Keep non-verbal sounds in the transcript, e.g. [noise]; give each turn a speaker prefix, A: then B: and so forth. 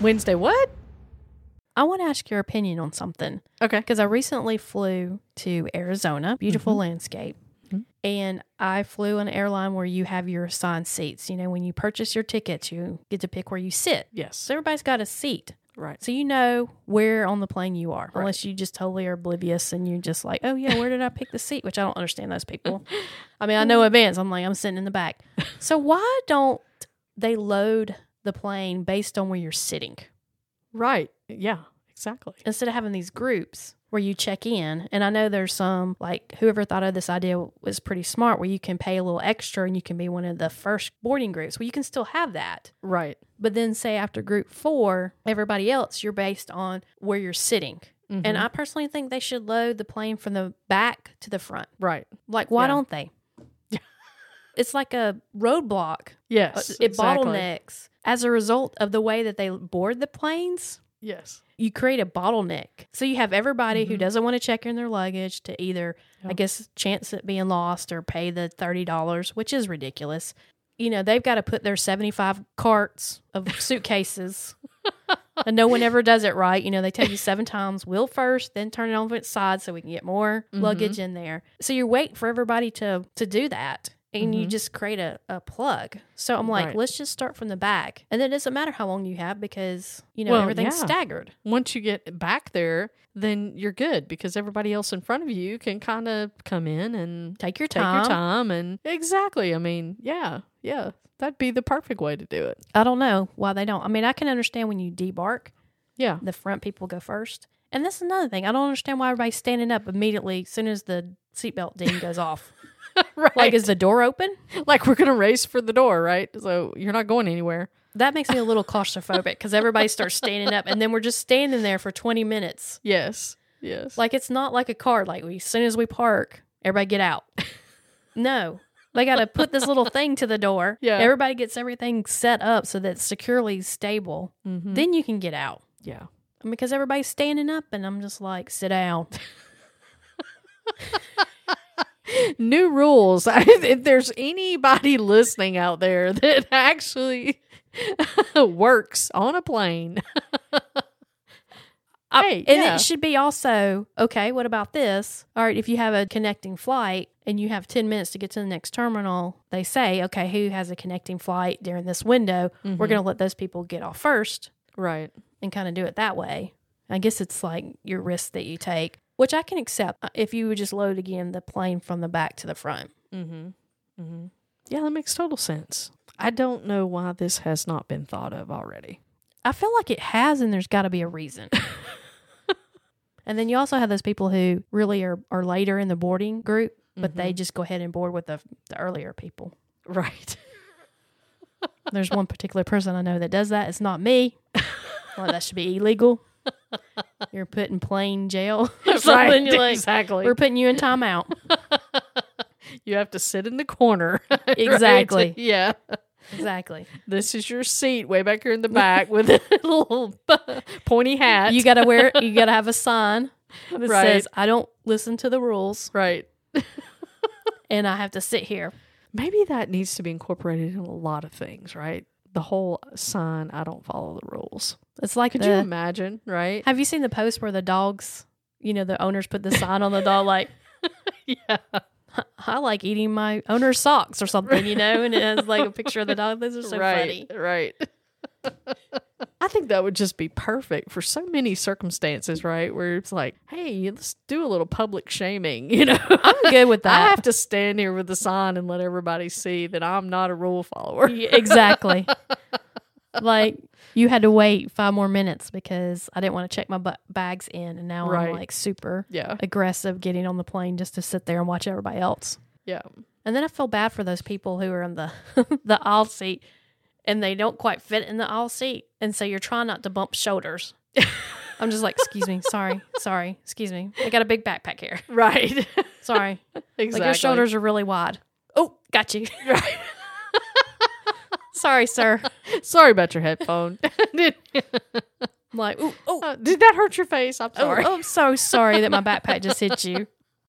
A: Wednesday, what?
B: I want to ask your opinion on something
A: Okay. Mm-hmm.
B: because I recently flew to Arizona, beautiful landscape. And I flew an airline where you have your assigned seats. You know, when you purchase your tickets, you get to pick where you sit.
A: Yes.
B: So everybody's got a seat.
A: Right.
B: So you know where on the plane you are, unless you just totally are oblivious and you're just like, oh yeah, where did I pick the seat? Which I don't understand those people. I mean,
A: [laughs]
B: I know events. I'm like, I'm sitting in the back. So why don't they load the plane based on where you're sitting
A: Right. Yeah. Exactly.
B: instead of having these groups where you check in? And I know there's some like whoever thought of this idea was pretty smart, where you can pay a little extra and you can be one of the first boarding groups. Well, you can still have that.
A: Right.
B: But then, say after group four, everybody else, you're based on where you're sitting. And
A: Mm-hmm.
B: I personally think they should load the plane from the back to the front.
A: Right.
B: Like, why
A: Yeah.
B: don't they? it's like a roadblock.
A: Yes.
B: it
A: exactly.
B: bottlenecks. As a result of the way that they board the planes,
A: Yes.
B: you create a bottleneck. So you have everybody who
A: Mhm.
B: doesn't want to check in their luggage to either,
A: Yeah.
B: I guess, chance it being lost or pay the $30, which is ridiculous. You know, they've got to put their 75 carts
A: [laughs]
B: of suitcases. and no one ever does it right. You know, they tell you seven times, wheel first, then turn it over its side so we can get more
A: Mm-hmm.
B: luggage in there. So you wait for everybody to to do that. And you
A: Mhm.
B: just create a, a plug. So I'm like,
A: Right.
B: let's just start from the back. And then it doesn't matter how long you have because, you know,
A: Well,
B: everything's
A: yeah.
B: staggered.
A: Once you get back there, then you're good because everybody else in front of you can kind of come in and
B: Take your
A: take
B: time.
A: your time and exactly. I mean, yeah, yeah, that'd be the perfect way to do it.
B: I don't know why they don't. I mean, I can understand when you debark,
A: Yeah,
B: the front people go first. And that's another thing. I don't understand why everybody's standing up immediately as soon as the seatbelt ding goes off.
A: [laughs] [laughs] right.
B: Like,
A: Like,
B: is the door open?
A: like we're gonna race for the door, right? So you're not going anywhere.
B: That makes me a little claustrophobic because everybody starts standing up and then we're just standing there for 20 minutes.
A: Yes, yes.
B: Like, it's not like a car. Like, we, as soon as we park, everybody
A: [laughs]
B: get out. No. They got to put this little thing to the door.
A: Yeah.
B: Everybody gets everything set up so that it's securely stable.
A: Mhm.
B: Then you can get out.
A: yeah,
B: because everybody's standing up and I'm just like, sit down.
A: new rules. [laughs] if there's anybody listening out there that [laughs] actually works on a plane,
B: I-
A: Hey,
B: and
A: yeah.
B: it should be also, okay, what about this? All right, if you have a connecting flight and you have 10 minutes to get to the next terminal, they say, okay, who has a connecting flight during this window?
A: Mm-hmm.
B: We're going to let those people get off first
A: right?
B: and kind of do it that way. I guess it's like your risk that you take, which I can accept uh, if you would just load again the plane from the back to the front.
A: Mm-hmm. Mm-hmm. Yeah, that makes total sense. I don't know why this has not been thought of already.
B: I feel like it has, and there's got to be
A: [laughs]
B: a reason. and then you also have those people who really are, are later in the boarding group, but they
A: Mm-hmm.
B: just go ahead and board with the, the earlier people.
A: [laughs]
B: [laughs]
A: Right.
B: There's one particular person I know that does that. It's not me.
A: [laughs]
B: Well, that should be illegal. You're put in
A: [laughs]
B: plain jail or [laughs] something. You're like,
A: exactly.
B: we're putting you
A: [laughs]
B: in timeout.
A: You have to sit in the corner. [laughs] right?
B: Exactly.
A: [laughs] Yeah.
B: Exactly.
A: This is your seat way back here in the
B: [laughs]
A: back with a [laughs] little pointy hat.
B: You got to
A: [laughs]
B: wear, you got to have a sign that
A: Right.
B: says, I don't listen to the rules
A: right.
B: and I have to sit here.
A: Maybe that needs to be incorporated in a lot of things, right? The whole sign, I don't follow the rules.
B: It's like
A: Could
B: the,
A: you imagine, right?
B: Have you seen the post where the dogs, you know, the owners put the sign on the dog like,
A: [laughs] Yeah.
B: I like eating my owner's socks or something, you know, and it has like a picture of the dog. Those are so
A: right,
B: funny.
A: Right. [laughs] I think that would just be perfect for so many circumstances, right? Where it's like, hey, let's do a little public shaming, [laughs] you know?
B: I'm good with
A: I
B: that.
A: have to stand here with a sign and let everybody see that I'm not a rule follower.
B: Yeah, [laughs] exactly. like you had to wait five more minutes because I didn't want to check my bu- bags in, and now
A: Right.
B: I'm like super
A: [laughs] Yeah.
B: aggressive getting on the plane just to sit there and watch everybody else.
A: Yeah.
B: And then I feel bad for those people who are in the [laughs] the aisle seat and they don't quite fit in the aisle seat. And so you're trying not to bump [laughs] shoulders. I'm just like, excuse me, sorry, sorry, excuse me. I got a big backpack here. [laughs]
A: Right.
B: Sorry.
A: exactly.
B: Like your shoulders are really wide. Oh, got [laughs] you.
A: Right.
B: sorry, [laughs] sir.
A: Sorry about your headphone. [laughs] Did,
B: I'm like, ooh, oh,
A: uh, did that hurt your face? I'm
B: oh,
A: sorry.
B: I'm so sorry that my backpack just hit you.